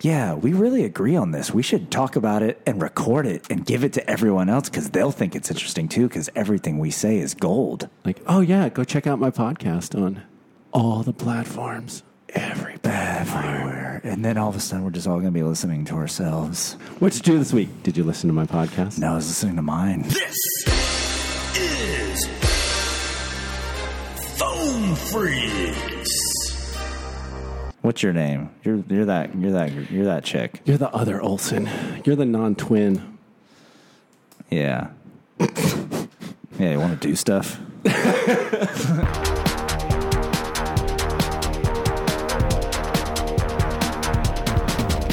yeah, we really agree on this. We should talk about it and record it and give it to everyone else because they'll think it's interesting too because everything we say is gold. Like, oh yeah, go check out my podcast on all the platforms. Every Everywhere. And then all of a sudden, we're just all going to be listening to ourselves. What'd you do this week? Did you listen to my podcast? No, I was listening to mine. This is Foam Freaks. What's your name? You're you're that you're that you're that chick. You're the other Olson. You're the non-twin. Yeah. yeah, you want to do stuff?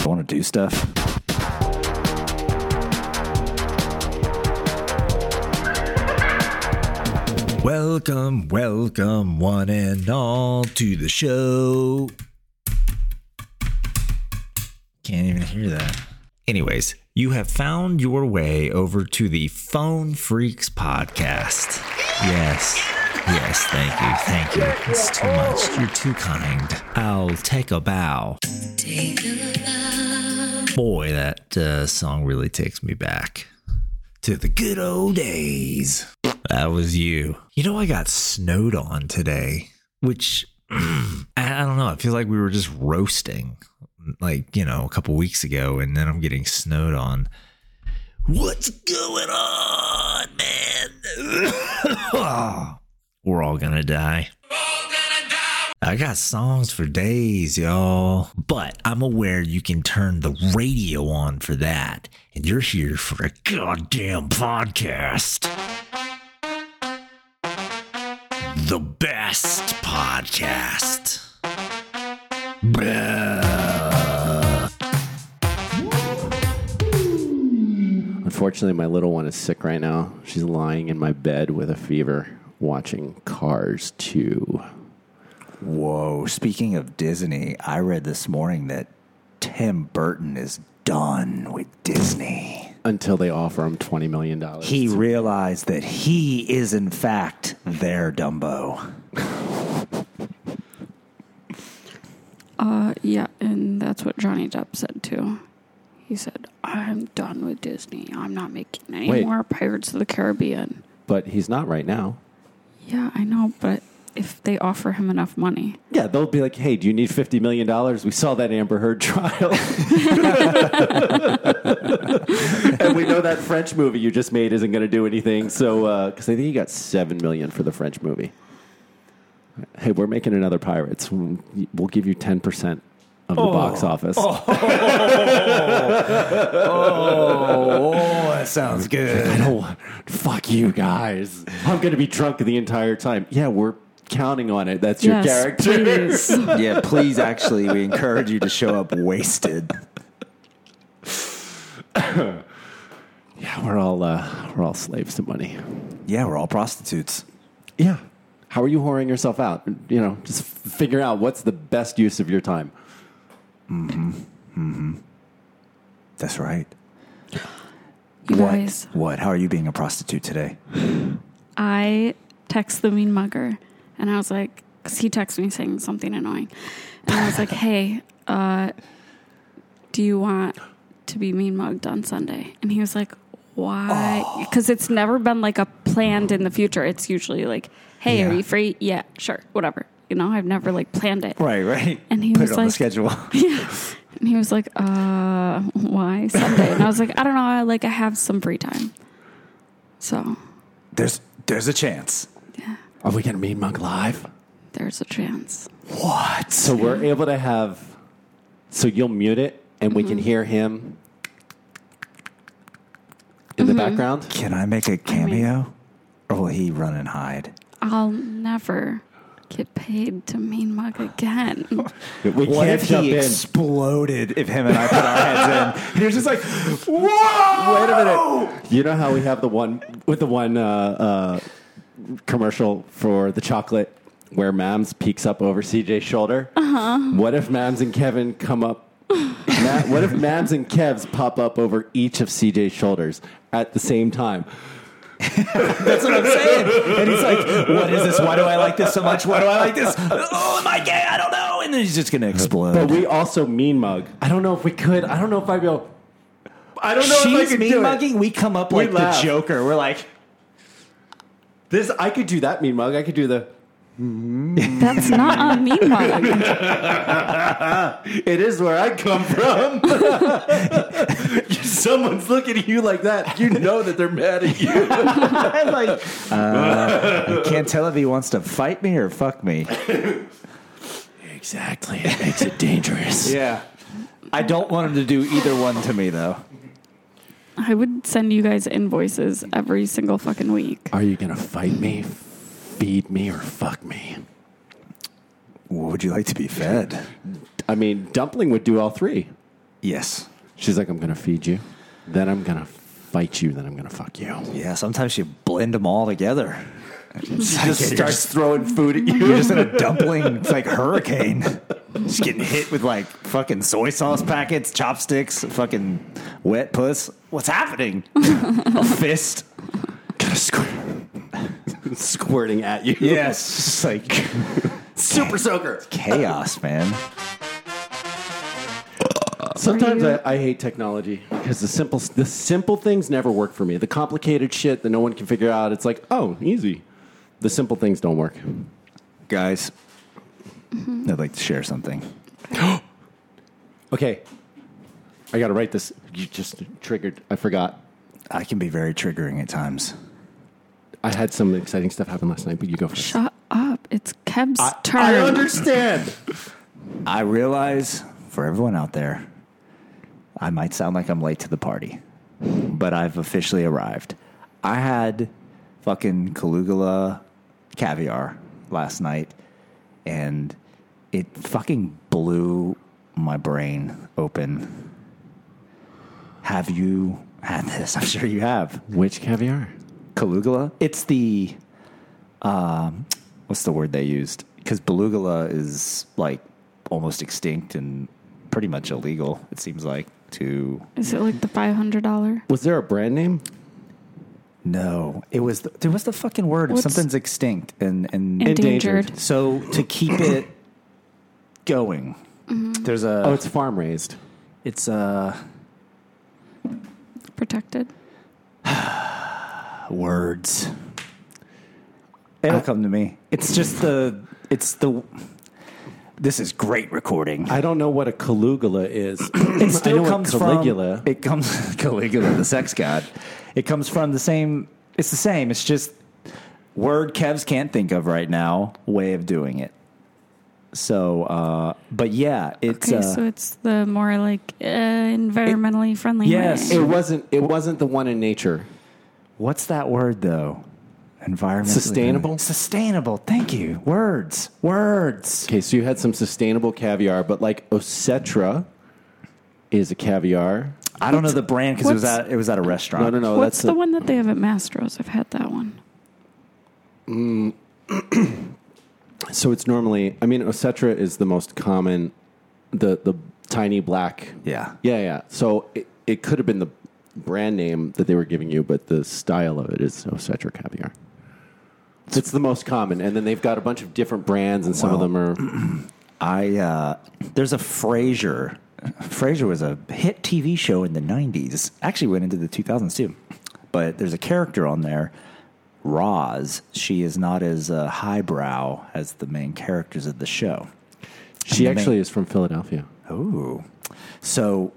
want to do stuff? Welcome, welcome, one and all, to the show. Can't even hear that. Anyways, you have found your way over to the Phone Freaks podcast. Yes. Yes, thank you. Thank you. It's too much. You're too kind. I'll take a bow. Boy, that uh, song really takes me back to the good old days. That was you. You know, I got snowed on today, which I I don't know. I feel like we were just roasting, like, you know, a couple weeks ago, and then I'm getting snowed on. What's going on, man? we're all gonna die. I got songs for days, y'all. But I'm aware you can turn the radio on for that. And you're here for a goddamn podcast. The best podcast. Bleh. Unfortunately, my little one is sick right now. She's lying in my bed with a fever, watching Cars 2. Whoa. Speaking of Disney, I read this morning that Tim Burton is done with Disney. Until they offer him $20 million. He realized that he is, in fact, their Dumbo. Uh, yeah, and that's what Johnny Depp said too. He said, "I'm done with Disney. I'm not making any Wait. more Pirates of the Caribbean." but he's not right now. Yeah, I know, but if they offer him enough money, Yeah, they'll be like, hey, do you need $50 million? We saw that Amber Heard trial. and we know that French movie you just made isn't going to do anything. So, because I think you got $7 million for the French movie. Hey, we're making another Pirates. We'll give you 10% of the box office. Oh, that sounds I good. don't want, fuck you guys. I'm going to be drunk the entire time. Yeah, we're counting on it. That's your yes, character. please. yeah, please, actually, we encourage you to show up wasted. Yeah, we're all, uh, we're all slaves to money. Yeah, we're all prostitutes. Yeah. How are you whoring yourself out? You know, just f- figure out what's the best use of your time. Mm-hmm. That's right. you what? guys. What? How are you being a prostitute today? I text the mean mugger, and I was like, because he texted me saying something annoying, and I was like, "Hey, uh, do you want to be mean mugged on Sunday?" And he was like, "Why?" Oh. Because it's never been like a planned in the future. It's usually like, "Hey, are Yeah. you free?" Yeah, sure, whatever. You know, I've never like planned it. Right, right. And he Put was it on the like- schedule. And he was like, "Uh, why Sunday?" And I was like, "I don't know. I like I have some free time." So there's there's a chance. Are we going to meet Monk live? there's a chance. What? So we're able to have, so you'll mute it and we Mm-hmm. can hear him Mm-hmm. in the background. Can I make a cameo? Or will he run and hide? I'll never get paid to mean mug again. We What can't if jump he in. exploded if him and I put our heads in? And he was just like, whoa! Wait a minute. You know how we have the one with the one uh, uh, commercial for the chocolate where Mams peeks up over CJ's shoulder? Uh-huh. What if Mams and Kevin come up? Ma- what if Mams and Kevs pop up over each of CJ's shoulders at the same time? That's what I'm saying. And he's like, "What is this? Why do I like this so much? Why do I like this? Oh, am I gay? I don't know." And then he's just gonna But explode. we also mean mug. I don't know if we could. I don't know if I'd be able. I don't know if I She's could do mean it. mugging. We come up like the laugh. Joker. We're like, This I could do that mean mug. I could do the. That's not a mean mug. It is where I come from. Someone's looking at you like that. You know that they're mad at you. I'm like, uh, I can't tell if he wants to fight me or fuck me. Exactly. It makes it dangerous. Yeah. I don't want him to do either one to me though. I would send you guys invoices every single fucking week. Are you gonna fight me, feed me, or fuck me? What would you like to be fed? I mean, Dumpling would do all three. Yes. She's like, I'm gonna feed you, then I'm gonna fight you, then I'm gonna fuck you. Yeah. Sometimes you blend them all together. It's like Just you're starts throwing food at you. You're just in a dumpling. It's like hurricane. Just getting hit with like fucking soy sauce packets, chopsticks, fucking wet puss. What's happening? a fist. Squirting at you. Yes. Just like Super soaker. chaos, man. Sometimes Are you- I, I hate technology because the simple the simple things never work for me. The complicated shit that no one can figure out. It's like, oh, easy. The simple things don't work. Guys, I'd like to share something. Okay, I got to write this. You just triggered. I forgot. I can be very triggering at times. I had some exciting stuff happen last night, but you go first. Shut up. It's Kev's turn. I understand. I realize for everyone out there, I might sound like I'm late to the party, but I've officially arrived. I had fucking Caligula caviar last night, and it fucking blew my brain open. Have you had this? I'm sure you have. Which caviar? Caligula. It's the um, what's the word they used? Because Belugula is like almost extinct and pretty much illegal. It seems like to Is it like the $500? Was there a brand name? no. It was the, there was the fucking word if What's- something's extinct and and Endangered. Endangered. so to keep it going. mm-hmm, There's a Oh, it's farm raised. it's a Protected. words. It'll come to me. It's just the it's the this is great recording. I don't know what a Caligula is. it still comes Caligula. from it comes Caligula, the sex god. It comes from the same. It's the same. It's just word Kevs can't think of right now. Way of doing it. So, uh, but yeah, it's Okay, uh, so it's the more like uh, environmentally friendly. Yes. way. it wasn't. It wasn't the one in nature. what's that word though? Environment Sustainable? Sustainable. Thank you. Words. Words. Okay, so you had some sustainable caviar, but like Ocetra is a caviar. I don't know the brand because it was what's- at it was at a restaurant. No, no, no. What's that's the a- one that they have at Mastro's? I've had that one. Mm. So it's normally. I mean, Ocetra is the most common. The the tiny black. Yeah. Yeah, yeah. So it, it could have been the brand name that they were giving you, but the style of it is Ocetra caviar. It's the most common, and then they've got a bunch of different brands, and some of them are. I uh, there's a Frasier. Frasier was a hit TV show in the '90s. Actually, went into the 2000s too. But there's a character on there, Roz. She is not as uh, highbrow as the main characters of the show. the She main- actually is from Philadelphia. Ooh. So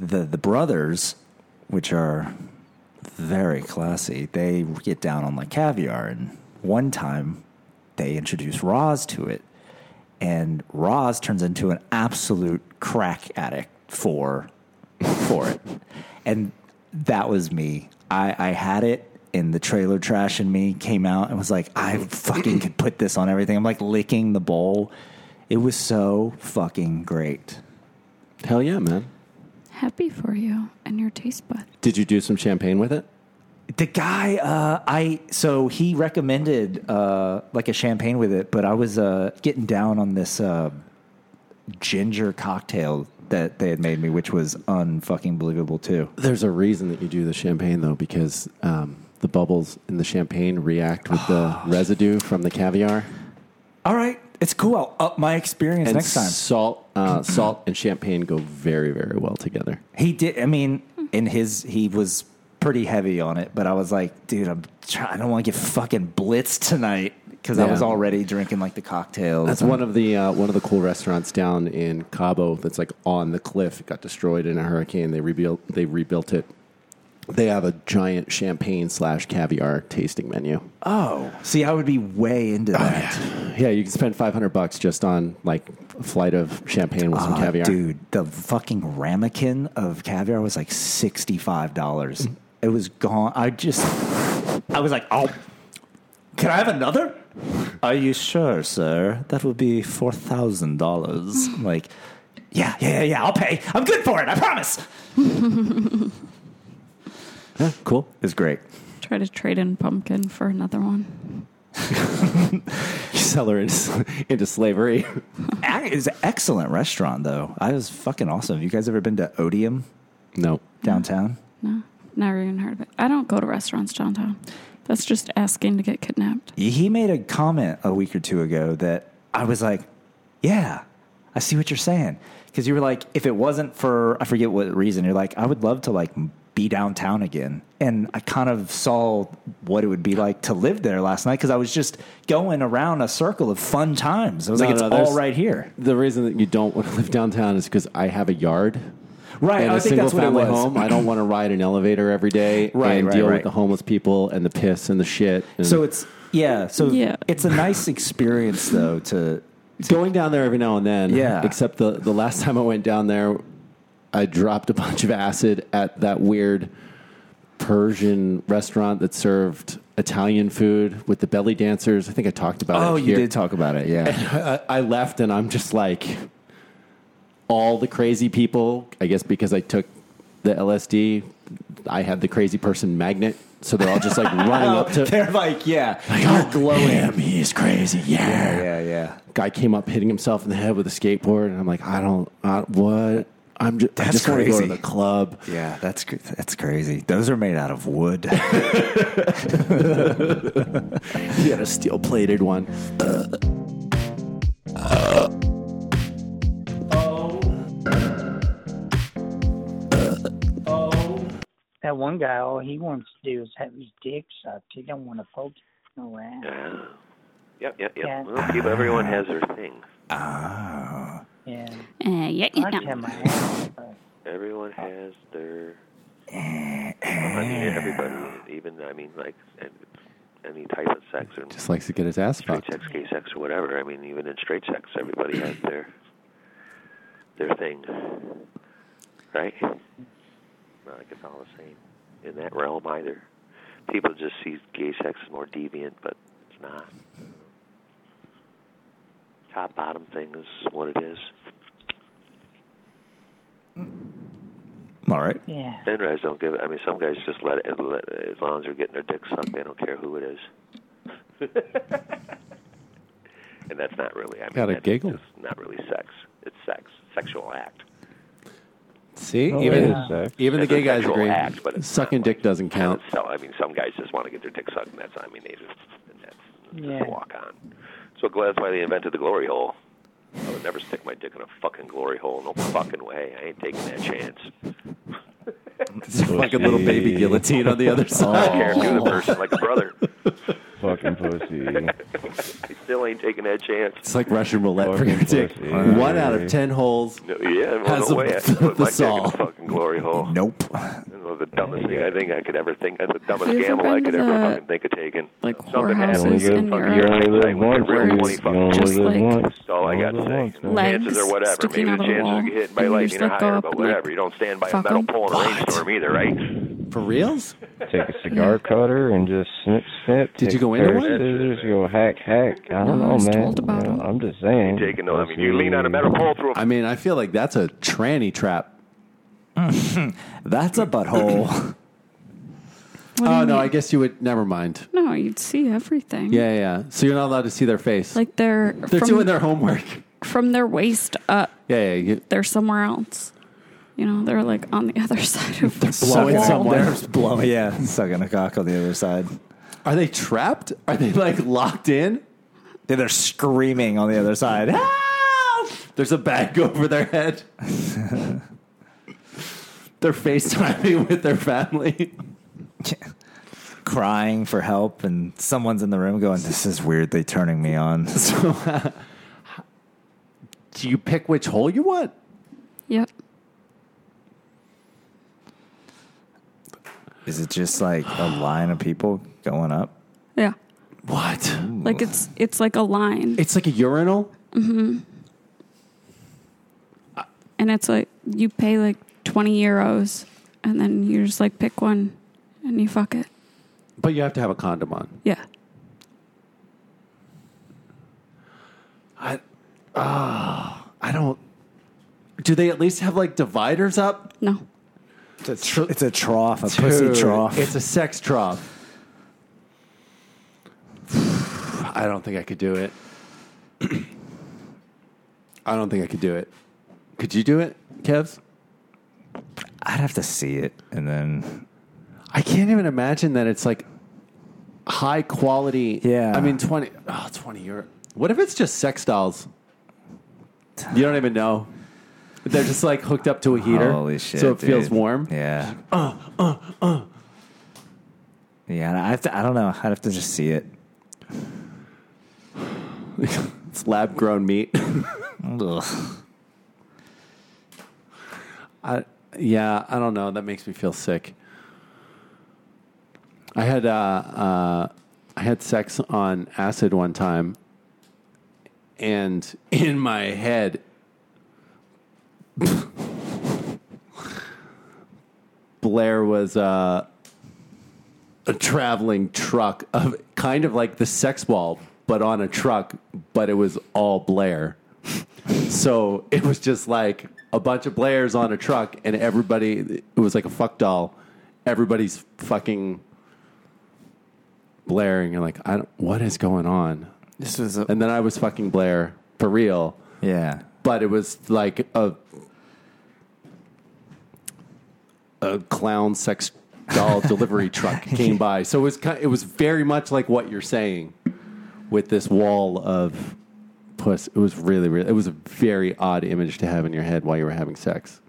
the the brothers, which are very classy, they get down on like caviar and one time they introduce Roz to it. And Roz turns into an absolute crack addict for for it. And that was me. I, I had it and the trailer trash in me came out and was like, I fucking could put this on everything. I'm like licking the bowl. It was so fucking great. Hell yeah, man! Happy for you and your taste bud. Did you do some champagne with it? The guy, uh, I so he recommended uh, like a champagne with it, but I was uh, getting down on this uh, ginger cocktail that they had made me, which was unfucking believable too. There's a reason that you do the champagne though, because um, the bubbles in the champagne react with the residue from the caviar. All right, it's cool. I'll up my experience And next time. salt, uh, salt and champagne go very, very well together. He did. I mean, in his he was pretty heavy on it, but I was like, dude, I'm try- I don't want to get fucking blitzed tonight because I Yeah. was already drinking like the cocktails. That's one of the uh, one of the cool restaurants down in Cabo. That's like on the cliff. It got destroyed in a hurricane. They rebuilt. They rebuilt it. They have a giant champagne slash caviar tasting menu. Oh, oh, see, I would be way into that, Yeah, you can spend five hundred bucks just on like a flight of champagne with some Ah, caviar. dude. The fucking ramekin of caviar was like sixty five dollars. Mm. It was gone. I just, I was like, oh, can I have another? Are you sure, sir? That would be four thousand dollars. Mm. Like, yeah, yeah, yeah, yeah. I'll pay. I'm good for it. I promise. Yeah, cool. It's great. Try to trade in pumpkin for another one. You sell her into, into slavery. Ac- It's an excellent restaurant, though. I was fucking awesome. You guys ever been to Odium no, downtown? No, never even heard of it. I don't go to restaurants downtown. That's just asking to get kidnapped. He made a comment a week or two ago that I was like, yeah, I see what you're saying. Because you were like, if it wasn't for, I forget what reason, you're like, I would love to like be downtown again. And I kind of saw what it would be like to live there last night because I was just going around a circle of fun times. I was No, like, it's no, there's- all right here. the reason that you don't want to live downtown is because I have a yard. Right. and I a think single that's what it family was. home. I don't want to ride an elevator every day Right, and right, deal right. with the homeless people and the piss and the shit. And So it's, yeah. So Yeah. it's a nice experience though to, going down there every now and then. Yeah. Except the the last time I went down there, I dropped a bunch of acid at that weird Persian restaurant that served Italian food with the belly dancers. I think I talked about Oh, it. you here. did talk about it, yeah. I, I left and I'm just like all the crazy people. I guess because I took the LSD, I had the crazy person magnet. So they're all just like running up to. They're like, yeah, You're glowing. Him, he's crazy. yeah yeah, yeah. guy came up hitting himself in the head with a skateboard, and I'm like, I don't, I, what? I'm just, I That's just want to go to crazy. the club. Yeah, that's cr- that's crazy. Those are made out of wood. He had a steel plated one. Oh, Oh. That one guy, all he wants to do is have his dick sucked. He don't want to poke no ass. Yep, yep, yep. Yeah. Well, people, everyone has their thing. Ah. Yeah, Uh, yeah, I yeah. can have my ass. sucked. Everyone has their. I mean, everybody, even I mean, like and it's any type of sex or Just likes to get his ass straight fucked. sex, gay sex, or whatever. I mean, even in straight sex, everybody has their their thing, right? Not like it's all the same in that realm either. People just see gay sex as more deviant, but it's not. Top bottom thing is what it is. Mm. All right. Yeah. Then guys don't give. I mean, some guys just let it, let it as long as they're getting their dick sucked. They don't care who it is. and that's not really. I mean, Gotta that's giggle. just not really sex. It's sex, sexual act. See, Even- even the It's a gay guys sexual agree. act, but it's Sucking not dick like- doesn't count. So I mean, some guys just want to get their dick sucked, and that's I mean, they just and that's just Yeah. walk on. So that's why they invented the glory hole. I would never stick my dick in a fucking glory hole. No fucking way. I ain't taking that chance. It's like a little baby guillotine on the other I side. don't care who the person, like a brother. Fucking pussy. I still ain't taking that chance. It's like Russian roulette for Fucking your dick. pussy. One out of ten holes. No, yeah, well, Has no a- way. I could put the my dick in saw. a fucking glory hole. Nope. That was the dumbest thing I think I could ever think. That's the dumbest Have you ever gamble I been could to ever the, fucking think of taking. like, Something happened. whorehouses Fucking in Europe? Europe. live Like, once, we're Where man. twenty it's You fucking only just live like- once. That's all I You got only to live say. once, The man. Legs chances are whatever. sticking Maybe out the of the chances wall. you get hit by And you lightning just, are like, go higher, up but and, whatever. like, you don't stand by a fuck metal 'em. pole in a rainstorm either, right? For reals? Take a cigar cutter and just snip, snip. Did you Take go a into pair of one? Scissors, go hack, hack. I don't No, I know, was man. told about You know, it. I'm just saying. Taking no, I mean, you lean on a metal pole through a I mean, I feel like that's a tranny trap. That's a butthole. What do Oh you no, mean? I guess you would. Never mind. No, you'd see everything. Yeah, yeah. So you're not allowed to see their face. Like they're, They're from, doing their homework. from their waist up, Yeah, yeah. You, they're somewhere else. You know, they're like on the other side of the blowing wall. someone. blowing, yeah, sucking a cock on the other side. Are they trapped? Are they like locked in? Yeah, they're screaming on the other side. Help! There's a bag over their head. They're FaceTiming with their family. crying for help, and someone's in the room going, "This is weird. They turning me on." uh, Do you pick which hole you want? Yep. is it just like a line of people going up? Yeah. What? Like it's it's like a line, It's like a urinal? Mm-hmm. and it's like you pay like twenty euros, and then you just like pick one, and you fuck it. But you have to have a condom on. Yeah. I, ah, I don't. Do they at least have like dividers up? No. It's a, tr- it's a trough, a pussy Dude, trough. It's a sex trough. I don't think I could do it. I don't think I could do it. Could you do it, Kevs? I'd have to see it, and then I can't even imagine that it's like high quality. Yeah. I mean, 20, oh, 20 euro. What if it's just sex dolls? You don't even know. They're just like hooked up to a heater. holy shit! So it feels dude. warm. Yeah. Uh, uh, uh. Yeah, I have to. I don't know. I'd have to just see it. It's lab grown meat. Ugh. I, yeah, I don't know. That makes me feel sick. I had uh, uh, I had sex on acid one time, and in my head, Blair was uh, a traveling truck of kind of like the sex ball, but on a truck. But it was all Blair. So it was just like a bunch of Blairs on a truck, and everybody, it was like a fuck doll. Everybody's fucking blaring. and like, I don't, what is going on? This was. A, And then I was fucking Blair for real, yeah. but it was like a a clown sex doll delivery truck came by. So it was kind, it was very much like what you're saying with this wall of puss. It was really really it was a very odd image to have in your head while you were having sex.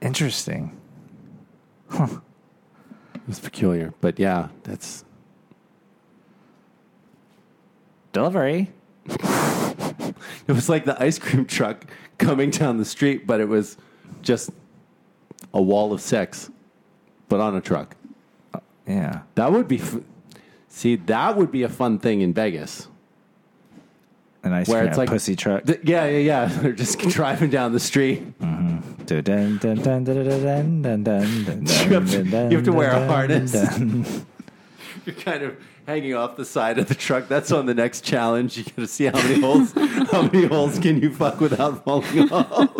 Interesting. It was peculiar, but yeah, that's Delivery. it was like the ice cream truck coming down the street, but it was just a wall of sex but on a truck. Yeah. That would be f- See, that would be a fun thing in Vegas. An ice Where cream it's like- pussy truck. Th- yeah, yeah, yeah. They're just driving down the street. Dun, dun, dun, dun, dun, dun, dun, dun, dun, You have to- dun, dun, you have to wear dun, a dun, harness. dun. You're kind of hanging off the side of the truck. That's on the next challenge. You got to see how many holes, how many holes can you fuck without falling off.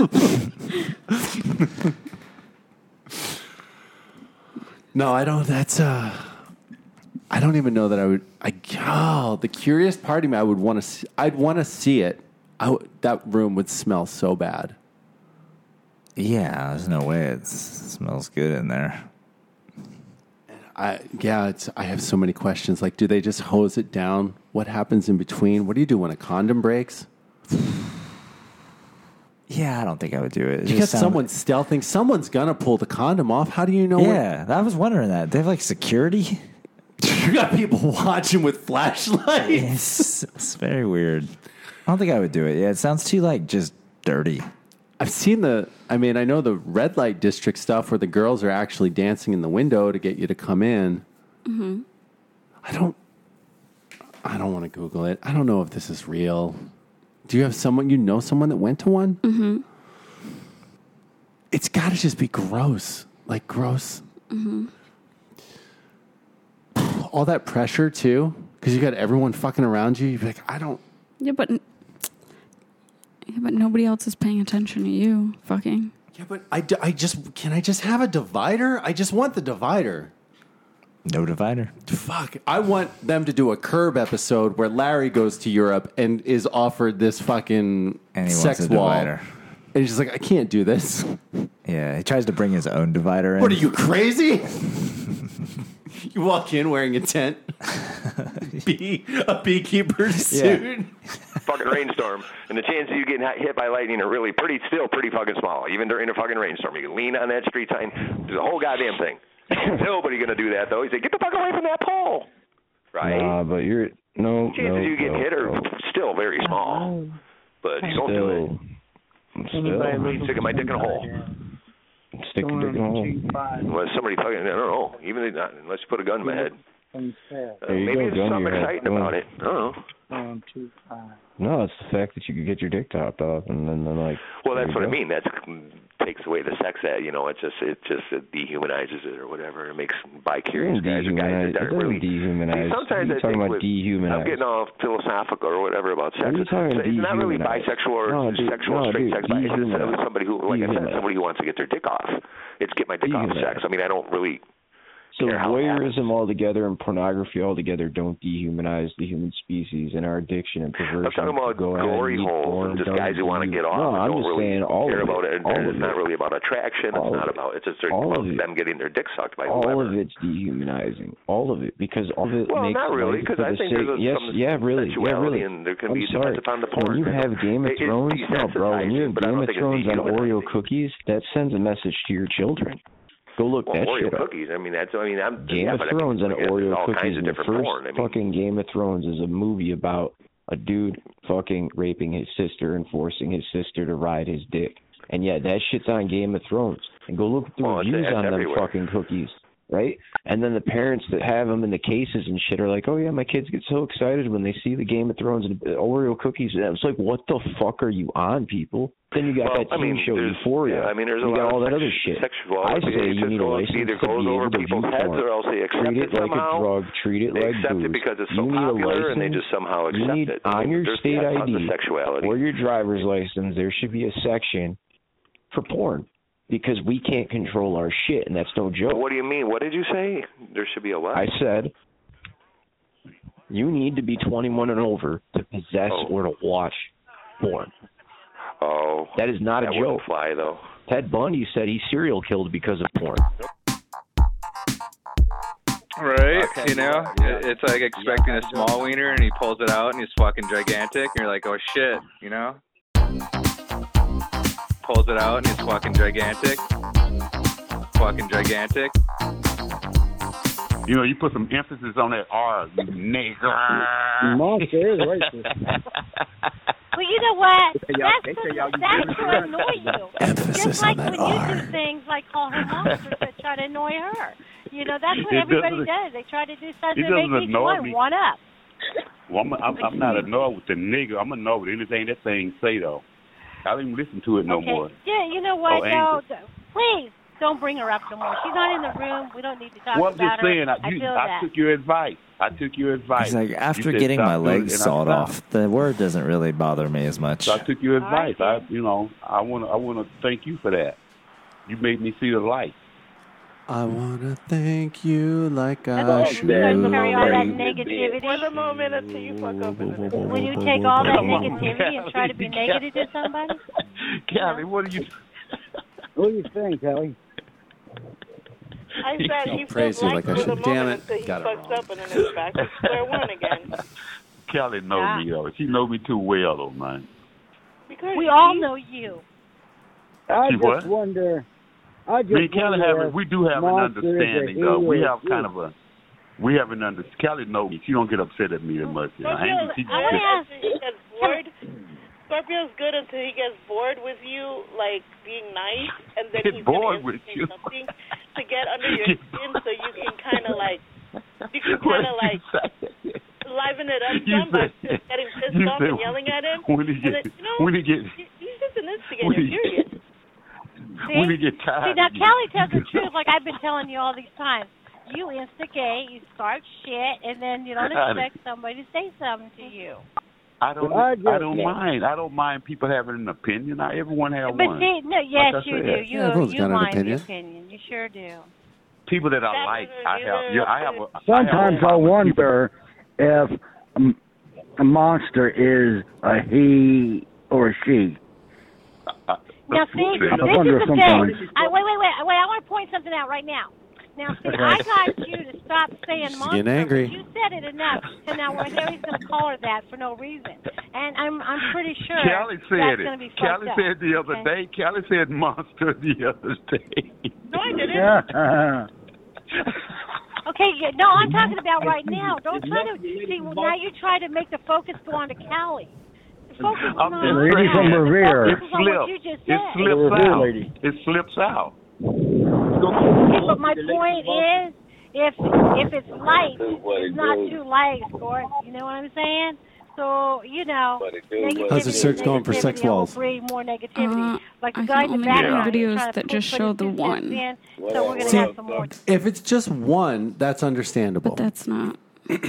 no, I don't. That's uh, I don't even know that I would. I oh, the curious part of me. I would want to. I'd want to see it. I would that room would smell so bad. Yeah, there's no way it's, it smells good in there. I yeah, it's I have so many questions. Like, do they just hose it down? What happens in between? What do you do when a condom breaks? Yeah, I don't think I would do it. It You got just sound- someone stealthing. Someone's gonna pull the condom off. How do you know? when- Yeah, I was wondering that. They have like security. you got people watching with flashlights. It's, it's very weird. I don't think I would do it. Yeah, it sounds too like just dirty. I've seen the. I mean, I know the red light district stuff where the girls are actually dancing in the window to get you to come in. I don't. I don't want to Google it. I don't know if this is real. Do you have someone you know someone that went to one? Mm-hmm. It's got to just be gross, like gross. Mm-hmm. All that pressure too, because you got everyone fucking around you. You're like, I don't. Yeah, but yeah, but nobody else is paying attention to you. Fucking. Yeah, but I, d- I just can I just have a divider? I just want the divider. No divider. Fuck. I want them to do a curb episode where Larry goes to Europe and is offered this fucking And he wants sex a wall. divider. And he's just like, I can't do this. Yeah, he tries to bring his own divider in. What are you crazy? you walk in wearing a tent, bee, a beekeeper suit. fucking rainstorm, and the chances of you getting hit by lightning are really pretty, still pretty fucking small. Even during a fucking rainstorm, you can lean on that street sign, do the whole goddamn thing. Nobody gonna do that though. He said, "Get the fuck away from that pole!" Right? Nah, but you're no. chances no, of you getting no, hit are no. still very small, but you don't do it. Still, Anybody still, looking sticking my dick in a hole. stick your dick in a hole. Unless somebody fucking, I don't know. Even if not, unless you put a gun to my head. Uh, There you maybe go, there's gun to something your head. exciting Go on. about it. I don't know. uh, No, it's the fact that you could get your dick topped off, and then, then like. Well, there that's you what I go. mean. That's takes away the sex ed. You know, it's just it just it dehumanizes it or whatever. It makes bi-curious It doesn't guys or guys dehumanize- that it are doesn't really dehumanize. See, sometimes What are you I talking think about with, dehumanize? I'm getting all philosophical or whatever about sex. What are you talking it's, about it's not really dehumanize? bisexual or No, dude, sexual no, straight dude, sex. But it's just dehumanize. somebody who, like I said, Dehumanize. somebody who wants to get their dick off. It's get my dick off Dehumanize. sex. I mean, I don't really. So care how it voyeurism altogether and pornography altogether don't dehumanize the human species and our addiction and perversion. I'm talking about to go out and glory eat holes porn, and just don't guys who want to do- get off. No, and I'm don't just really saying all care of about it. it. all of it's not it. really about attraction. All it's of not it. about. It's just they're- All of about it. them getting their dick sucked by all whoever. of it's dehumanizing. All of it because all of it Well, makes not really, life because for the I think sake- there's a- yes, some yeah, really, yeah, sexuality really. and there can I'm be- sorry. depends upon the When porn, you you know. have Game of It- it Thrones, no, bro. When you have desensitizes, but I Game don't of think it's Thrones on Oreo dehumanizing. cookies, that sends a message to your children. Go look Well, that Oreo shit up. cookies. I mean, that's. I mean, I'm. Game yeah, of but Thrones I and mean, I guess there's Oreo all cookies. kinds of The different first porn. I mean, fucking Game of Thrones is a movie about a dude fucking raping his sister and forcing his sister to ride his dick. And yeah, that shit's on Game of Thrones. And go look at the Well, it's- reviews it's on them everywhere. fucking cookies, right? And then the parents that have them in the cases and shit are like, "Oh yeah, my kids get so excited when they see the Game of Thrones and uh, Oreo cookies." And it's like, what the fuck are you on, people? Then you got well, that I TV mean, show there's, Euphoria. yeah, I mean, there's you a lot got of all that sex- other shit. Sexuality. I say it you just need a goes, license either to goes be over able to people's view heads, porn. or else they accept treat it it like somehow. a drug, treat it They like accept booze. it because it's you so need a popular, and they license. just you somehow accept need, it. I On mean, your there's state all kinds of ID sexuality. or your driver's license, there should be a section for porn because we can't control our shit, and that's no joke. But what do you mean? What did you say? There should be a what? I said you need to be 21 and over to possess Oh. or to watch porn. oh, That is not that a wouldn't joke. fly though. Ted Bundy said he serial killed because of porn. Right, you know, It- it's like expecting a small wiener, and he pulls it out, and he's fucking gigantic, and you're like, oh shit, you know. Pulls it out, and he's fucking gigantic, fucking gigantic. You know, you put some emphasis on that R, you nigger. Well, you know what? That's to, that's to annoy you. Just Emphasis like on when that uh, you R. do things like call her monster to try to annoy her. You know, that's what It everybody doesn't- does. They try to do something it to make doesn't people annoy want me. one up. Well, I'm, I'm, I'm not annoyed with the nigger. I'm annoyed with anything that thing say, though. I don't even listen to it no okay. more. Yeah, you know what? Oh, no, angry. d- please don't bring her up no more. She's not in the room. We don't need to talk Well, I'm about just saying, her. I, you, feel I that. took your advice. I took your advice. He's like, You after said getting my stop doing it, legs and I sawed stopped. off, the word doesn't really bother me as much. So I took your All right, advice. I, then. you know, I want to, I want to thank you for that. You made me see the light. I wanna thank you like I That's it. should. You guys carry all that Right. negativity. When When you take all that Come on, negativity and try to be negative to somebody, Gabby, what are you? What do you think, Ellie? I said he praise praise you like like I for should. the Damn moment it. until he Got it fucks wrong. up and then it's back to square one again. Kelly knows Yeah. me though. She knows me too well though, man. Because we he- all know you. I See just what? wonder. I just Me and Kelly wonder have we do have an monsters are understanding though. We here. have kind of a we have an under. Kelly knows me. She don't get upset at me that much. You know, I ain't- she- I wanna ask- He gets bored. Scorpio's good until he gets bored with you, like being nice, and then Get he's gonna bored with instigate you. something to get under your Get skin, so you can kind of like you can kind What of did like you say? liven it up You some by said- just getting pissed you off said- and yelling at him. When he And get then, you know, when he get he- he's just an instigator. when he Period. get when he get See, tired. now of you. Kelly tells the truth, like I've been telling you all these times. You instigate, you start shit, and then you don't I- expect somebody to say something to you. I don't. I I, just- don't mind. I don't mind people having an opinion. Now everyone have But one. see, no, yes, Like I you said. do. You Yeah, everyone's you got an mind the opinion. opinion. You sure do. People that I That like, doesn't I have. either. Yeah, I have. A, I have a Sometimes I problem with people- wonder if um, a monster is a he or a she. Now see, I this wonder is the sometimes. thing. I, wait, wait, wait, wait. I want to point something out right now. Now see, I got you to stop saying She's monster. getting angry. You said it enough, and now we're Harry's going to call her that for no reason. And I'm I'm pretty sure Callie said that's going to be it. fucked Callie up. said the other okay? day. Callie said monster the other day. No, I didn't. Yeah. Okay, yeah, no, I'm talking about right now. Don't try to see. Well, now you try to make the focus go on to Callie. The focus is I'm not just on saying. Callie. The focus It is on what you slips. just It said. slips out. It slips out. Okay, but my point is, if if it's light, it's not goes. too light, Gord. You know what I'm saying? So you know, negativity, How's the search going for sex negativity will walls? breed more negativity. like the Uh, I guy can in the only background do is trying videos to that just put show the his one. In, so we're gonna See, have some more. if it's just one, that's understandable. But that's not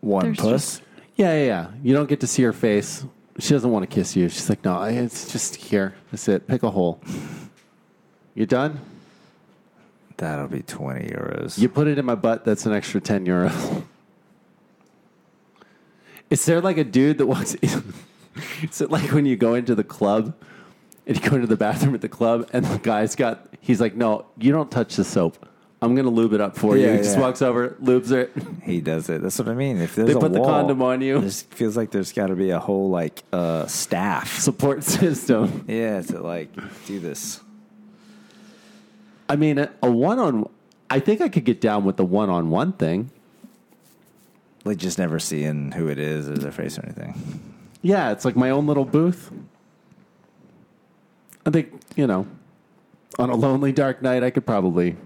One There's puss. Yeah, yeah, yeah. You don't get to see her face. She doesn't want to kiss you. She's like, no, I- it's just here. That's it. Pick a hole. You done? That'll be 20 euros. You put it in my butt. That's an extra 10 euros. Is there like a dude that walks in? Is it like when you go into the club and you go into the bathroom at the club and the guy's got, he's like, no, you don't touch the soap. I'm going to lube it up for you. Yeah, He just yeah. walks over, lubes it. He does it. That's what I mean. If there's They a put the wall, condom on you. It feels like there's got to be a whole like uh, staff support system. Yeah, to like do this. I mean, a- a one on, I think I could get down with the one on one thing. Like just never seeing who it is or their face or anything. Yeah, it's like my own little booth. I think, you know, on a lonely dark night, I could probably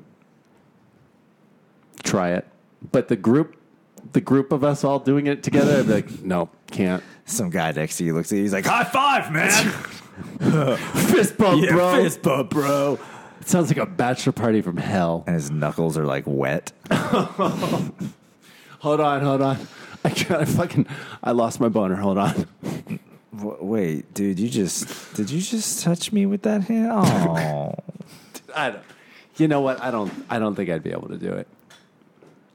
try it. But the group, the group of us all doing it together, I'd be like, no, can't. Some guy next to you looks at you, he's like, high five, man. fist bump, Yeah, bro. fist bump, bro. It sounds like a bachelor party from hell. And his knuckles are like wet. Hold on, hold on. I got to fucking, I lost my boner. Hold on. W- Wait, dude, you just did you just touch me with that hand? Oh, I don't. You know what? I don't. I don't think I'd be able to do it.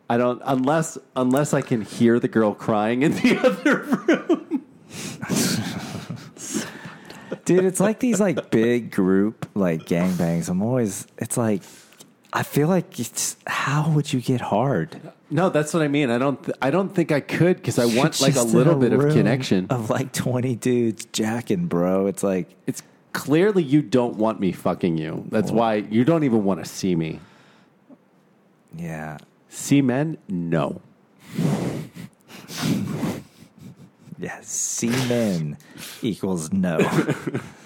I don't unless unless I can hear the girl crying in the other room. dude, it's like these like big group like gangbangs. I'm always, it's like, I feel like it's how would you get hard? No, that's what I mean. I don't. Th- I don't think I could because I want It's like a just little in bit of room connection. of like 20 dudes jacking, bro. It's like it's Clearly, you don't want me fucking you. That's why you don't even want to see me. Yeah. See men? No. yeah, semen equals no.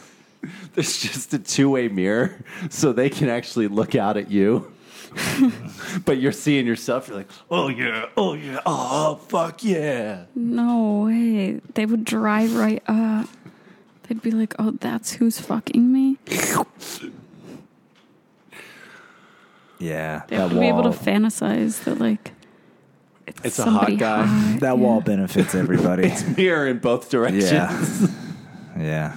There's just a two way mirror, so they can actually look out at you. but you're seeing yourself. You're like, oh yeah, oh yeah, oh fuck yeah. No way. They would drive right up. They'd be like, oh, that's who's fucking me? Yeah, They would be able to fantasize that, like, It's somebody hot, that wall benefits everybody. mirror in both directions. yeah, yeah.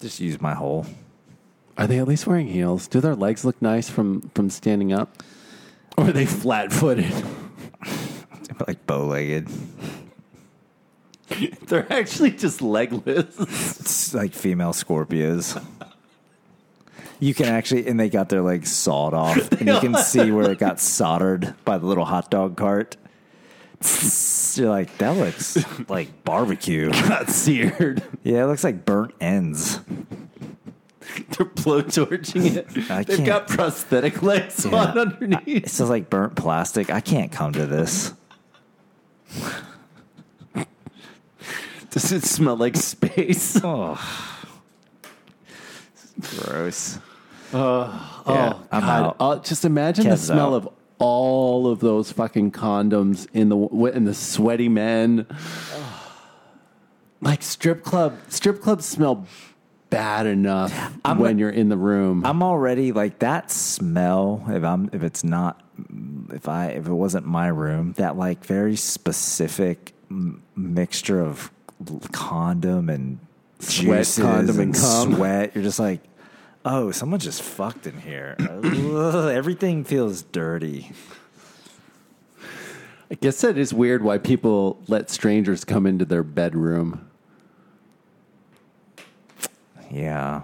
Just use my hole. Are they at least wearing heels? Do their legs look nice from from standing up? Or are they flat footed? like bow legged. They're actually just legless. It's like female Scorpios. You can actually, and they got their legs sawed off, and you can see where it got soldered by the little hot dog cart. You're like, that looks like barbecue. Got seared. Yeah, it looks like burnt ends. They're blowtorching it. I They've can't- got prosthetic legs Yeah. on underneath. This is like burnt plastic. I can't come to this. Does it smell like space? Oh, gross. Oh, Yeah, I'm God. out. Oh, just imagine the Kev's smell out. of all of those fucking condoms in the w- in the sweaty men. Like strip club, strip clubs smell bad enough I'm when not- you're in the room. I'm already like that smell. If I'm, if it's not, if I, if it wasn't my room, that like very specific m- mixture of condom and Sweat, juices condom, and cum. sweat. You're just like, oh, someone just fucked in here. Ugh, Everything feels dirty. I guess that is weird why people let strangers come into their bedroom. Yeah.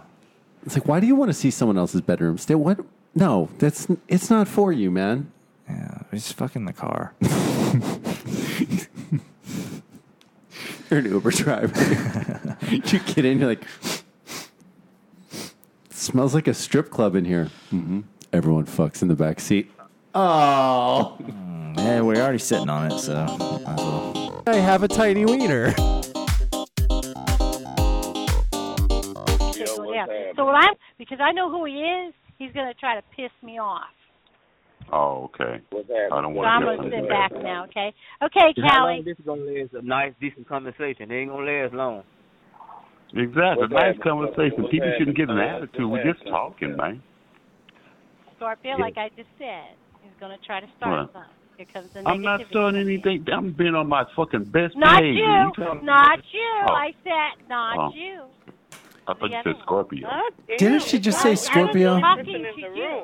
It's like, why do you want to see someone else's bedroom? Stay what? No, that's it's not for you, man. Yeah, it's fucking the car. You're an Uber driver. you get in, you're like, smells like a strip club in here. hmm Everyone fucks in the back seat. Oh. Hey, Mm, we're already sitting on it, so might as well. I have a tiny wiener. So, yeah. So what I'm because I know who he is, he's gonna try to piss me off. Oh, okay. I don't So want I'm to gonna hear something sit like back that. now, okay? Okay, How long Callie. this is gonna last? A nice, decent conversation. It ain't gonna last long. Exactly. What's nice happening? conversation. What's People shouldn't happening? get an What's attitude. We're just talking, man. Scorpio, Yeah. like I just said, he's gonna try to start Right. something. Here comes the negativity. I'm not starting anything. I'm being on my fucking best Not behavior. you. tell- Not you. Oh. I said not Oh. you. I thought you said Scorpio. Didn't she just say Scorpio? Oh, I was talking to you.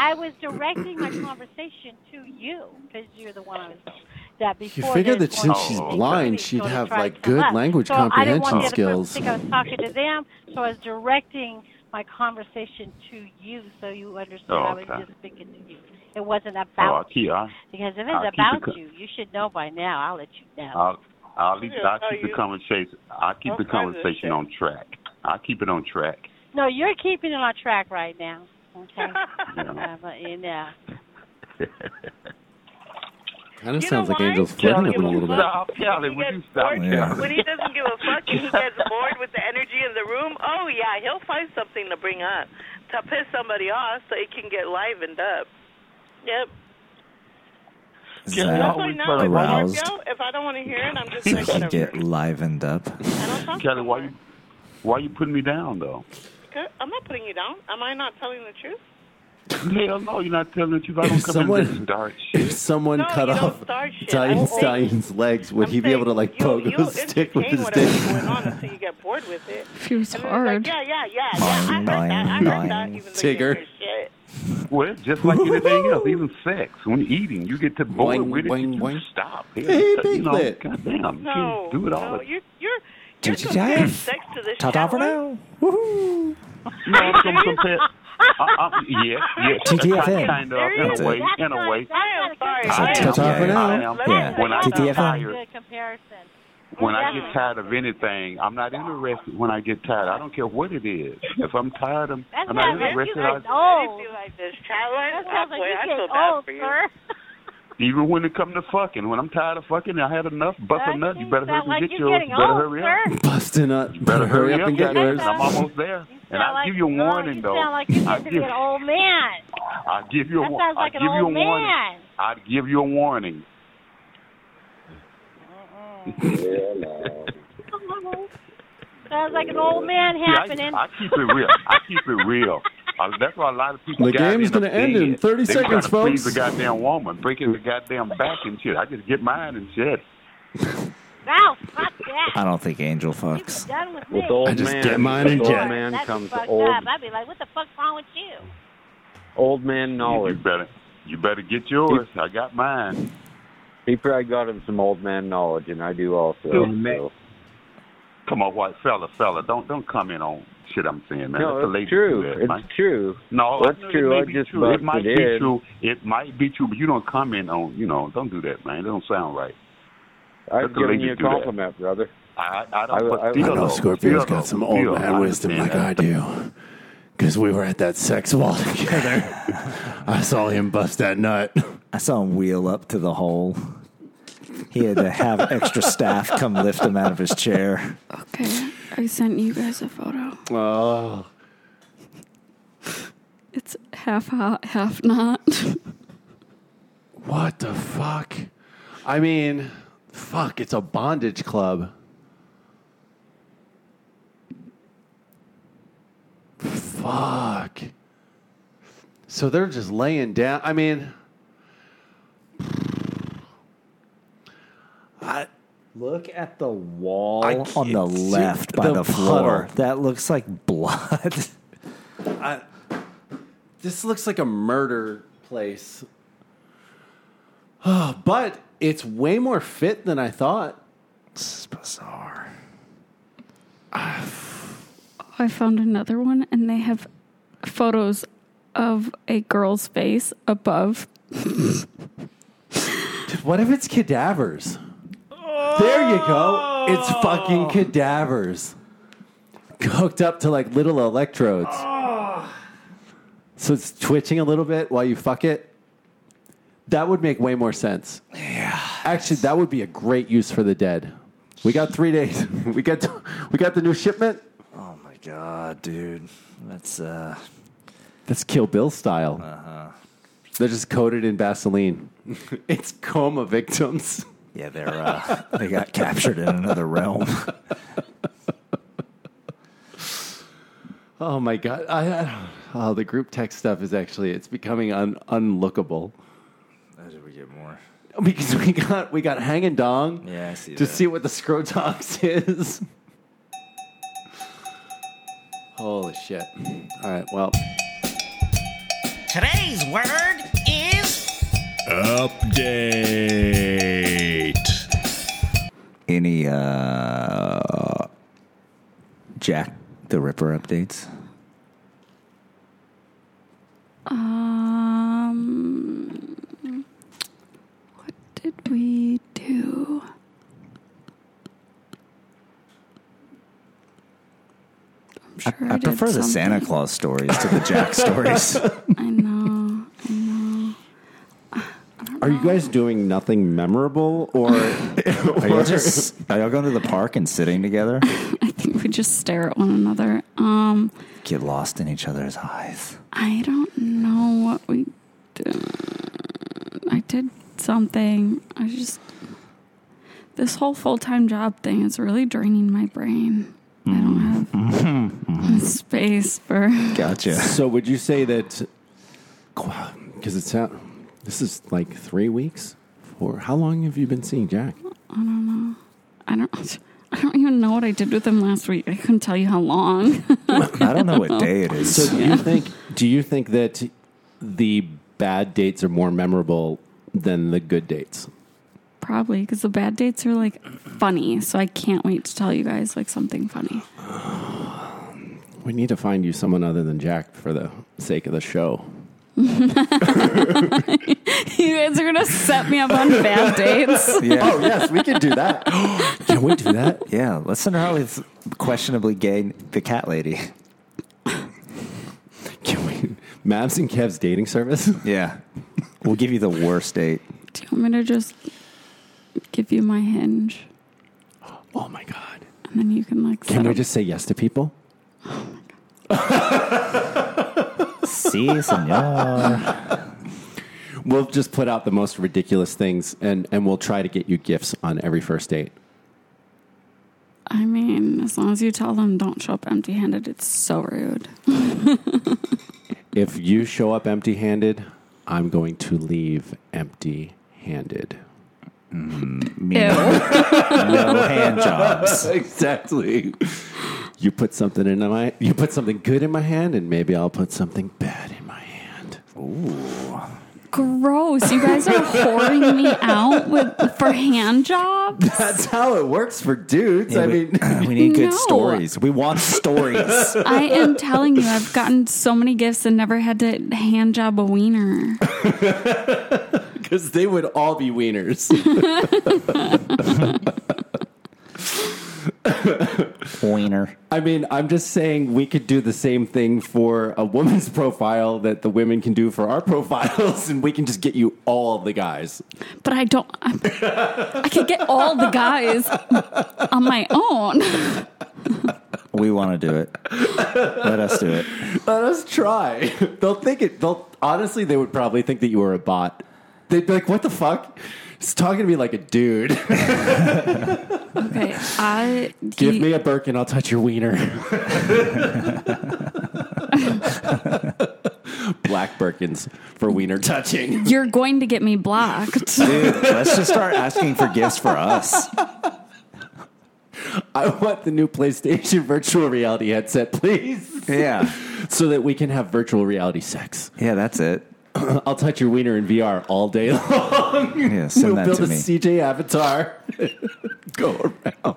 I was directing my conversation to you because you're the one I was. That You before figure this that since one- she's Oh. blind, she'd gonna have try to like come good up. language so comprehension I didn't want the other person skills. to think I was talking to them, so I was directing my conversation to you, so you understood Oh, I was okay. just speaking to you. It wasn't Oh, about Kia. I- because if I'll keep it's it about co- you, you should know by now. I'll let you know. I'll, I'll at least Yeah, I so keep the you- conversation. I keep All the kinds of shit. conversation on track. I keep it on track. No, you're keeping it on track right now. Okay. Yeah. Uh, but, you know. Kind of You sounds know like why? Angel's flirting with him a little bit. Stop, Callie. Would you stop? bored- Yeah. When he doesn't give a fuck and he gets bored with the energy in the room, oh yeah, he'll find something to bring up to piss somebody off so he can get livened up. Yep. Is That's that why now if I work aroused? out, If I don't want to hear it, I'm just So I like can whatever. get livened up. Kelly, why you why you putting me down though? Good. I'm not putting you down. Am I not telling the truth? Hell no, you're not telling the truth. I don't come someone- in this dark If someone cut off Diane's, Diane's legs, would he be able to like pogo stick with his dick? She was hard. Yeah, yeah, yeah. Tigger. Shit. Well, it's just like anything else, even sex. When eating, you get to bored Boing, with it. boing, you boing. stop. Hey, you know, piglet. goddamn, Um, you No, can't do it all. no, the- you're you're Did you're you comparing guys? sex to this Ta-ta for shallow? No, I'm gonna compare. I, I, yeah, yeah. TTFN. Kind of, There in is. a way, That's in a way. I am sorry. Is it I am. TTFN? I am. Yeah. When I TTFN. get tired, Good comparison. when I get tired of anything, I'm not interested. When I get tired, I don't care what it is. If I'm tired, I'm, That's I'm what I not meant. You interested. guys I, old. Like this That challenge. sounds like Boy, you I get feel bad old, for you. sir. even when it comes to fucking, when I'm tired of fucking, I had enough. Bust a That nut. You better sounds hurry like up and you're get yours. getting You better old, hurry up. Bust a nut. Better hurry up and get goddamn, yours. I'm almost there. And I'll like- give you a no, warning, you though. sound like you're I'll getting to give, be an old man. I'll give you a, That wa- sounds like I'll an give you a old warning. man. I'll give you a warning. Sounds like an old man See, I- happening. I, keep it real. I keep it real. I, that's why a lot of people. The guys game's end up gonna end dead. in 30 They try seconds, to please folks. the goddamn woman, breaking the goddamn back and shit. I just get mine and shit. Ralph, fuck that. I don't think Angel fucks. Done with me. With old I just man- get mine and Before, that'd jet. be man comes fucked old- Up. I'd be like, what the fuck's wrong with you? Old man knowledge. You, better, you better get yours. I got mine. He probably got him some old man knowledge, and I do also. Old so. man. Come on, white fella, fella, don't don't comment on shit I'm saying, man. No, Let the it's lady true. do that, It's man. true. No, That's I know true. It may I be just true. It busted might be in. true. It might be true, but you don't comment on. You know, don't do that, man. It don't sound right. I've Let the given ladies you a do that. compliment, brother. I, I I- don't. but I- I still, know though, Scorpio's still, got though, some old still, man I wisdom like understand I do. Because we were at that sex wall together. I saw him bust that nut. I saw him wheel up to the hole. He had to have extra staff come lift him out of his chair. Okay, I sent you guys a photo. Oh. It's half hot, half not. What the fuck? I mean, fuck, it's a bondage club. Fuck. So they're just laying down. I mean, I, Look at the wall I on the can't see- left by the the, floor. puddle. That looks like blood. I, this looks like a murder place. Ah, but it's way more fit than I thought. This is bizarre. I found another one, and they have photos of a girl's face above. What if it's cadavers? There you go. It's fucking cadavers. Hooked up to like little electrodes. So it's twitching a little bit while you fuck it. That would make way more sense. Yeah. Actually, that would be a great use for the dead. We got three days. we got we got the new shipment. Oh my god, dude. That's uh That's Kill Bill style. Uh-huh. They're just coated in Vaseline. it's coma victims. Yeah, they're uh, they got captured in another realm. Oh my god! I, I, oh, the group text stuff is actually it's becoming un, unlookable How did we get more? because we got we got hang and dong. Yeah, I see To that. see what the scrotox is. Holy shit! All right, well, Today's word is Update. Any uh Jack the Ripper updates? Um, what did we do? I, I I did prefer the Santa Claus stories to the Jack stories. I know, I know. are you guys doing nothing memorable or? Are y'all just are y'all going to the park and sitting together? I think we just stare at one another. Um, Get lost in each other's eyes. I don't know what we did. I did something. I just this whole full time job thing is really draining my brain. Mm-hmm. Space for Gotcha. So would you say that? Because it's out. This is like three weeks. Or how long have you been seeing Jack? I don't know. I don't. I don't even know what I did with him last week. I couldn't tell you how long. I don't know what day it is. So do Yeah. you think do you think that the bad dates are more memorable than the good dates? Probably because the bad dates are like funny, so I can't wait to tell you guys like something funny. We need to find you someone other than Jack for the sake of the show. you guys are gonna set me up on bad dates. Oh, yes, we can do that. Can we do that? Yeah, let's send her out with questionably gay the cat lady. Mavs and Kev's dating service? Yeah. We'll give you the worst date. Do you want me to just give you my hinge? Oh my god! And then you can like. Can set we up- just say yes to people? See, senor. We'll just put out the most ridiculous things and, and we'll try to get you gifts on every first date. I mean, as long as you tell them don't show up empty handed, it's so rude. If you show up empty handed, I'm going to leave empty handed. Ew. no hand jobs. exactly. You put something in my you put something good in my hand, and maybe I'll put something bad in my hand. Ooh. Gross! You guys are whoring me out with for hand jobs. That's how it works for dudes. Yeah, I we- mean, we need good No. stories. We want stories. I am telling you, I've gotten so many gifts and never had to hand job a wiener. because they would all be wieners. Wiener. I mean, I'm just saying we could do the same thing for a woman's profile that the women can do for our profiles, and we can just get you all the guys. But I don't. I'm, I could get all the guys on my own. We want to do it. Let us do it. Let us try. They'll think it. They'll honestly, they would probably think that you were a bot. They'd be like, "What the fuck? He's talking to me like a dude." Okay, I Give me a Birkin, I'll touch your wiener. Black Birkins for wiener touching. You're going to get me blocked. Dude, let's just start asking for gifts for us. I want the new PlayStation virtual reality headset, please. Yeah. so that we can have virtual reality sex. Yeah, that's it. I'll touch your wiener in VR all day long. Yeah, send we'll that build to a me. CJ avatar. go around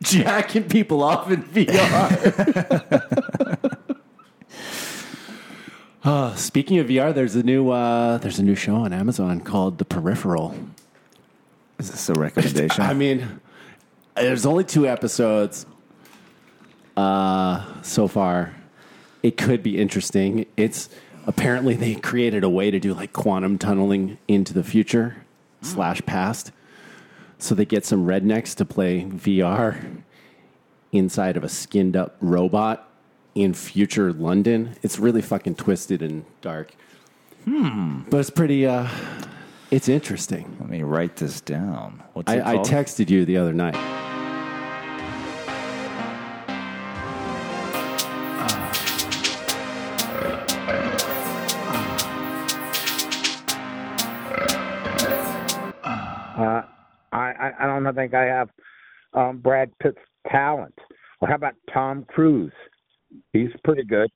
jacking people off in VR. uh, speaking of VR, there's a new uh, there's a new show on Amazon called The Peripheral. Is this a recommendation? I mean, there's only two episodes uh, so far. It could be interesting. It's apparently they created a way to do like quantum tunneling into the future slash past. So they get some rednecks to play VR inside of a skinned up robot in future London. It's really fucking twisted and dark. Hmm. But it's pretty. Uh, it's interesting. Let me write this down. What's it I, I called? texted you the other night. Uh, I, I I don't think I have um, Brad Pitt's talent. Well, how about Tom Cruise? He's pretty good.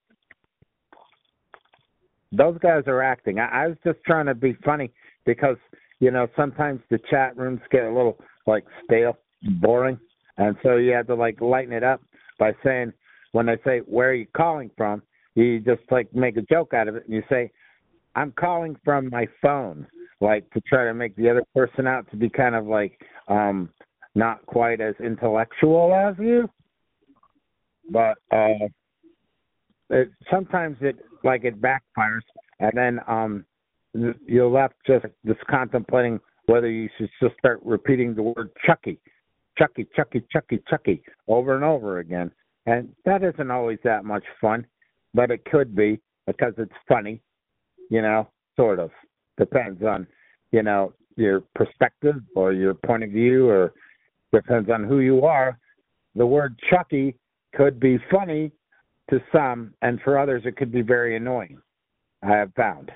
Those guys are acting. I, I was just trying to be funny because you know sometimes the chat rooms get a little like stale, boring, and so you have to like lighten it up by saying when they say where are you calling from, you just like make a joke out of it and you say I'm calling from my phone, like to try to make the other person out to be kind of like um not quite as intellectual as you. But uh it, Uh, sometimes it like it backfires and then um th- you're left just just contemplating whether you should just start repeating the word Chucky, Chucky, Chucky, Chucky, Chucky over and over again. And that isn't always that much fun, but it could be because it's funny you know, sort of depends on, you know, your perspective or your point of view or depends on who you are. The word Chucky could be funny to some, and for others, it could be very annoying. I have found.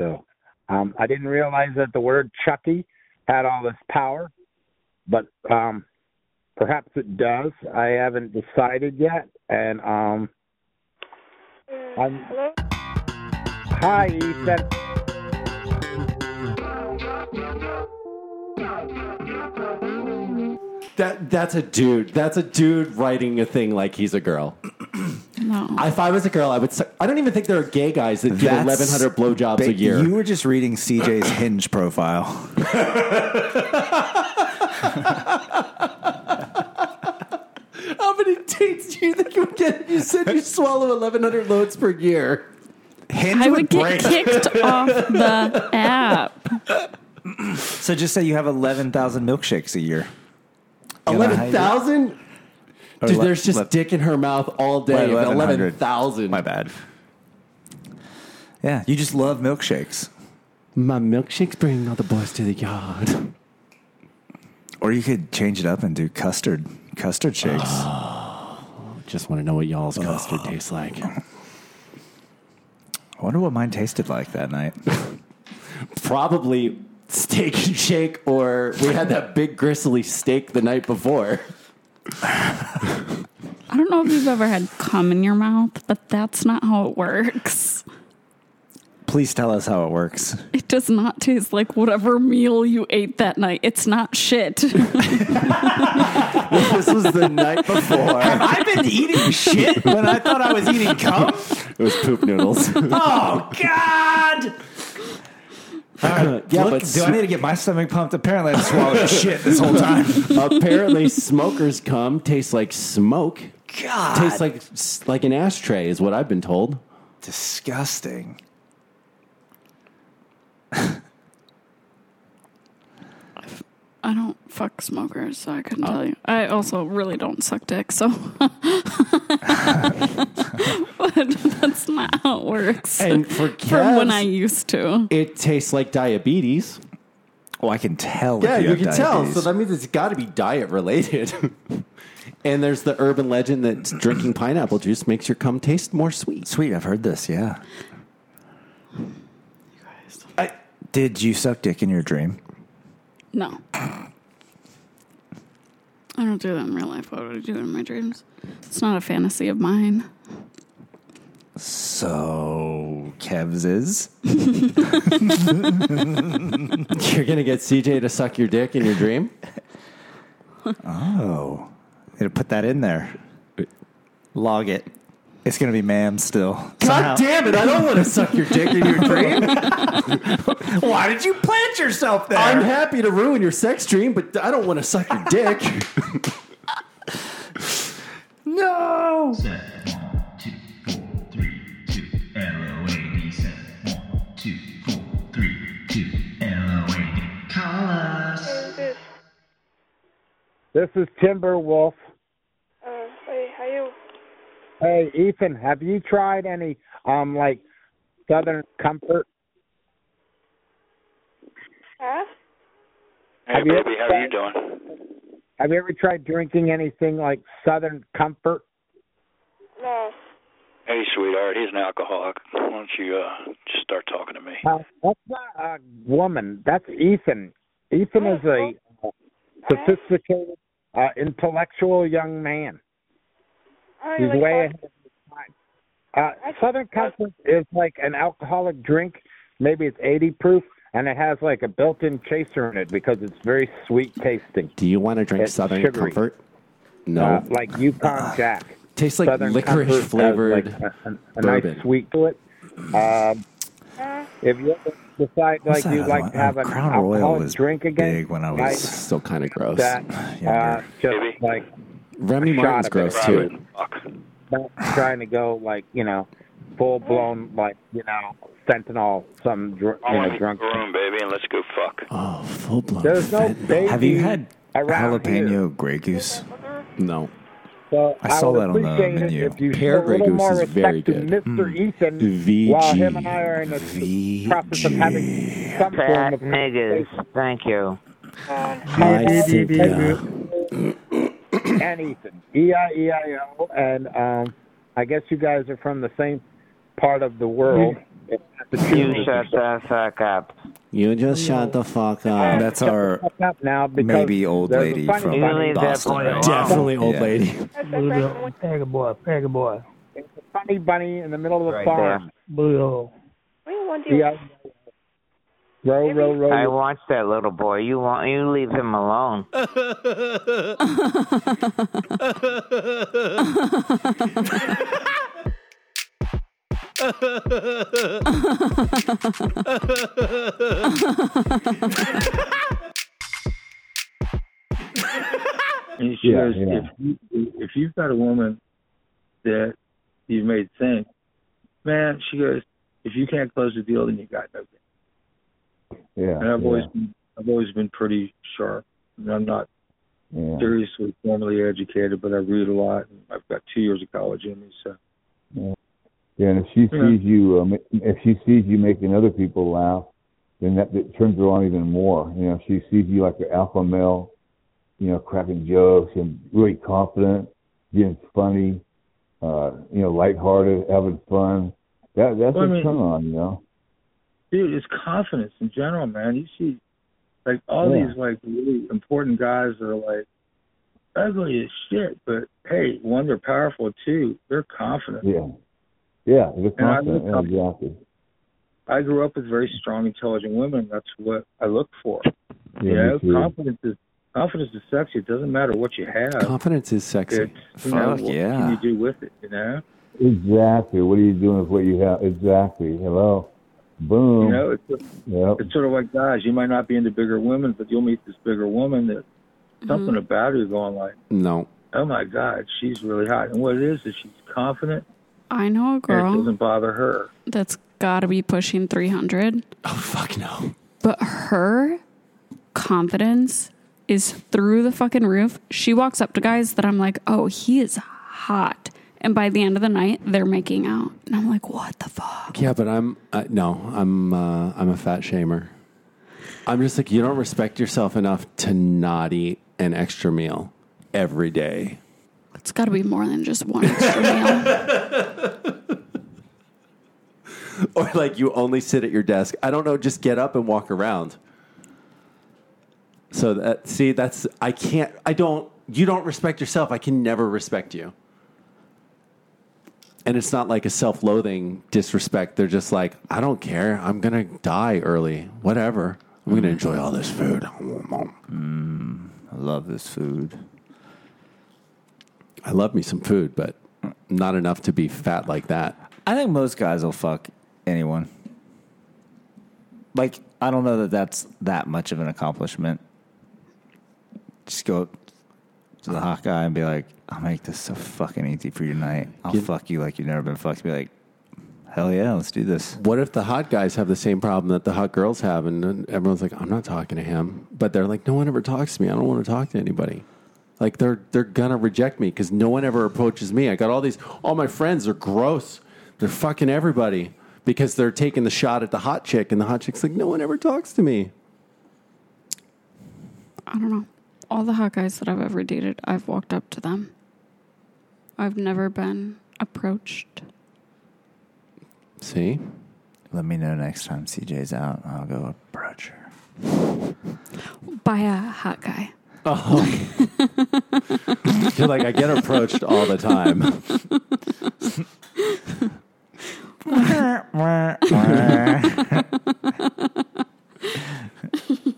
So um, I didn't realize that the word Chucky had all this power, but um, perhaps it does. I haven't decided yet, and um, I'm. Hi, Ethan. That that's a dude. That's a dude writing a thing like he's a girl. No. If I was a girl, I would. Suck. I don't even think there are gay guys that give eleven hundred blowjobs ba- a year. You were just reading CJ's hinge profile. How many dates do you think you would get? if You said you swallow eleven hundred loads per year. Hinge I would get kicked off the app. So just say you have 11,000 milkshakes a year. You know how you- Eleven thousand. Or Dude, le- there's just le- dick in her mouth all day. Wait, 1100. Eleven thousand. My bad. Yeah, you just love milkshakes. My milkshakes bring all the boys to the yard. Or you could change it up and do custard custard shakes. Ah, Just want to know what y'all's custard tastes like. I wonder what mine tasted like that night. Probably steak and shake, or we had that big gristly steak the night before. I don't know if you've ever had cum in your mouth, but that's not how it works. Please tell us how it works. It does not taste like whatever meal you ate that night. It's not shit. this was the night before. Have I been eating shit when I thought I was eating cum? It was poop noodles. Oh God! yeah, Look, but do I need to get my stomach pumped? Apparently, I swallowed shit this whole time. Apparently, smokers cum tastes like smoke. God. tastes like like an ashtray, is what I've been told. Disgusting. I don't fuck smokers, so I Oh. couldn't tell you. I also really don't suck dick, so but that's not how it works. And for from when Kev's- I used to. It tastes like diabetes. Oh, I can tell. Yeah, if you, you, have can tell. diabetes. So that means it's got to be diet related. and there's the urban legend that drinking pineapple juice makes your cum taste more sweet. Sweet, I've heard this. Yeah. I, did you suck dick in your dream? No. I don't do that in real life. What would I do in my dreams? It's not a fantasy of mine. So Kev's is. You're gonna get CJ to suck your dick in your dream. Oh, it'll put that in there. Log it. It's gonna be ma'am still. God damn it, I don't wanna suck your dick in your dream. Why did you plant yourself there? I'm happy to ruin your sex dream, but I don't want to suck your dick. no. Call us. This is Timber Wolf. Uh, hey, how you? Hey, Ethan, have you tried any um like Southern Comfort? Huh? Have Hey, you baby, how are you tried- doing? Have you ever tried drinking anything like Southern Comfort? No. Hey, sweetheart, he's an alcoholic. Why don't you uh, just start talking to me? Uh, that's not a woman. That's Ethan. Ethan is a uh, sophisticated, uh, intellectual young man. I He's like way vodka. ahead of his time. Uh, Southern Comfort is like an alcoholic drink. Maybe it's 80 proof, and it has like a built-in chaser in it because it's very sweet tasting. Do you want to drink It's Southern sugary. Comfort? No. Uh, like Yukon Jack. Ah, Tastes like Southern licorice Comfort has, flavored like, a, a- a bourbon. nice sweet to it. Um, if you ever decide What's like that you'd other like one? Uh, to have Oh, an Crown Royal alcoholic was drink again, big when I was like Still kind of gross. that, uh, just like Remy shot Martin's of it. gross too. not trying to go like you know full blown like you know fentanyl some dr- I you want know to go drunk. to the room, baby, and let's go fuck. Oh, full blown. There's no baby Have you had around jalapeno here. Grey Goose? No. So I saw would that on the appreciate it menu. If you Pear show a Grey little Goose more is respect very to good. Mr. Ethan, VG. while him and I are in the process of having some form Fat of niggas. Thank you. Hi, Cynthia. and Ethan, E I E I O, and um, I guess you guys are from the same part of the world. You shut the fuck up. You just shut the fuck up. That's our Fuck up now because maybe old there's a lady funny from funny- Boston. right? Definitely old lady. Pega boy, pega boy. It's a funny bunny in the middle of a Right farm. Yeah. Row, row, row. I want that little boy. You want you leave him alone. And she Yeah, goes, yeah. If, you, if you've got a woman that you've made think, man, she goes, if you can't close the deal, then you got no deal. Yeah. and I've yeah, always been, I've always been pretty sharp. And I'm not yeah. seriously formally educated, but I read a lot. And I've got two years of college in me, so Yeah. Yeah, and if she Yeah. sees you, um, if she sees you making other people laugh, then that, that turns her on even more. You know, if she sees you like an alpha male, you know, cracking jokes and really confident, being funny, uh, you know, lighthearted, having fun. That that's Well, I a mean- turn on, you know. dude, it's confidence in general, man. You see, like all Yeah. these like really important guys that are like ugly as shit, but hey, one they're powerful, two they're confident. Yeah, yeah, they're And I confident. look Yeah, up- exactly. I grew up with very strong, intelligent women. That's what I look for. Yeah, you me know, too. confidence is confidence is sexy. It doesn't matter what you have. Confidence is sexy. It's, you know, what can you do with it? You know, Exactly. What are you doing with what you have? Exactly. Hello. Boom. you know, it's just, Mm. Yep. it's sort of like guys. You might not be into bigger women, but you'll meet this bigger woman that something about her going like, No. oh my god, she's really hot. And what it is is she's confident I know a and it Oh, girl doesn't bother her. that's got to be pushing 300. Oh, fuck no. But her confidence is through the fucking roof. She walks up to guys that I'm like, oh, he is hot. And by the end of the night, they're making out. And I'm like, what the fuck? Yeah, but I'm uh, no, I'm uh, I'm a fat shamer. I'm just like you don't respect yourself enough to not eat an extra meal every day. It's got to be more than just one extra meal. or like you only sit at your desk. I don't know. Just get up and walk around. So that see, that's I can't. I don't. You don't respect yourself. I can never respect you. And it's not like a self-loathing disrespect. They're just like, I don't care. I'm gonna die early. Whatever. I'm gonna enjoy all this food. Mm, I love this food. I love me some food, but not enough to be fat like that. I think most guys will fuck anyone. Like, I don't know that that's that much of an accomplishment. Just go to the hot guy and be like, I'll make this so fucking easy for you tonight. I'll fuck you like you've never been fucked. Be like, hell Oh, yeah, let's do this. What if the hot guys have the same problem that the hot girls have, and then everyone's like, "I'm not talking to him," but they're like, "No one ever talks to me. I don't want to talk to anybody." Like they're they're gonna reject me because no one ever approaches me. I got all these. All my friends are gross. They're fucking everybody because they're taking the shot at the hot chick, and the hot chick's like, "No one ever talks to me." I don't know. All the hot guys that I've ever dated, I've walked up to them. I've never been approached. See? Let me know next time CJ's out. I'll go approach her. by a hot guy. Oh. You're like, I get approached all the time.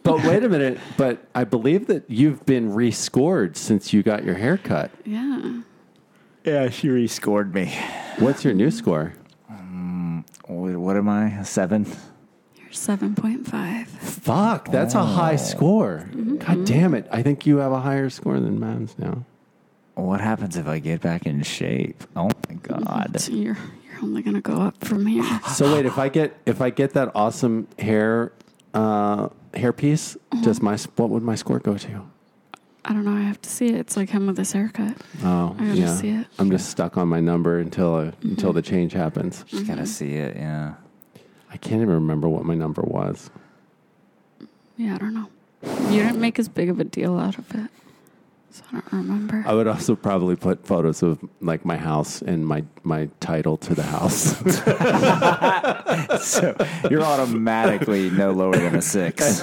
but wait a minute. But I believe that you've been rescored since you got your hair cut. Yeah. Yeah, she rescored me. What's your new score? Um, wh- what am I? A seven? You're 7.5. Fuck, that's a high Oh. score. Mm-hmm. God damn it. I think you have a higher score than Mams now. What happens if I get back in shape? Oh my god. So you're, you're only going to go up from here. So wait, if I get if I get that awesome hair uh hair piece, Mm-hmm. does my what would my score go to? I don't know. I have to see it. It's like him with his haircut. Oh, I gotta yeah. see it. Mm-hmm. I'm just stuck on my number until uh, until the change happens. Just gotta see it, yeah. I can't even remember what my number was. Yeah, I don't know. You didn't make as big of a deal out of it. So I don't remember. I would also probably put photos of like my house and my my title to the house. so you're automatically no lower than a six.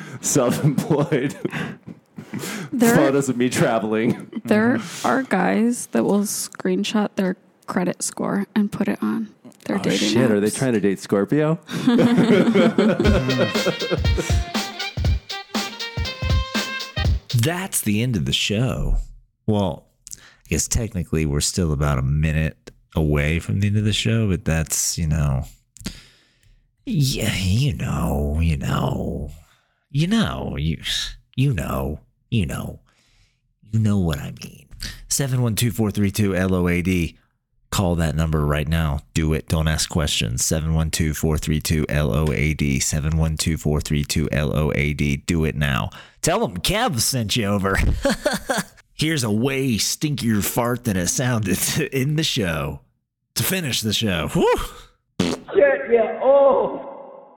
Self-employed. There- photos of me traveling. There are guys that will screenshot their credit score and put it on their Oh, dating. shit, are they apps. trying to date Scorpio? That's the end of the show. Well, I guess technically we're still about a minute away from the end of the show, but that's, you know, yeah, you know, you know, you know, you, you know, you know, you know what I mean. 712 432 LOAD. Call that number right now. Do it. Don't ask questions. 712 432 LOAD. 712 432 LOAD. Do it now. Tell them Kev sent you over. Here's a way stinkier fart than it sounded in the show. To finish the show. Whew. Shit, yeah. Oh.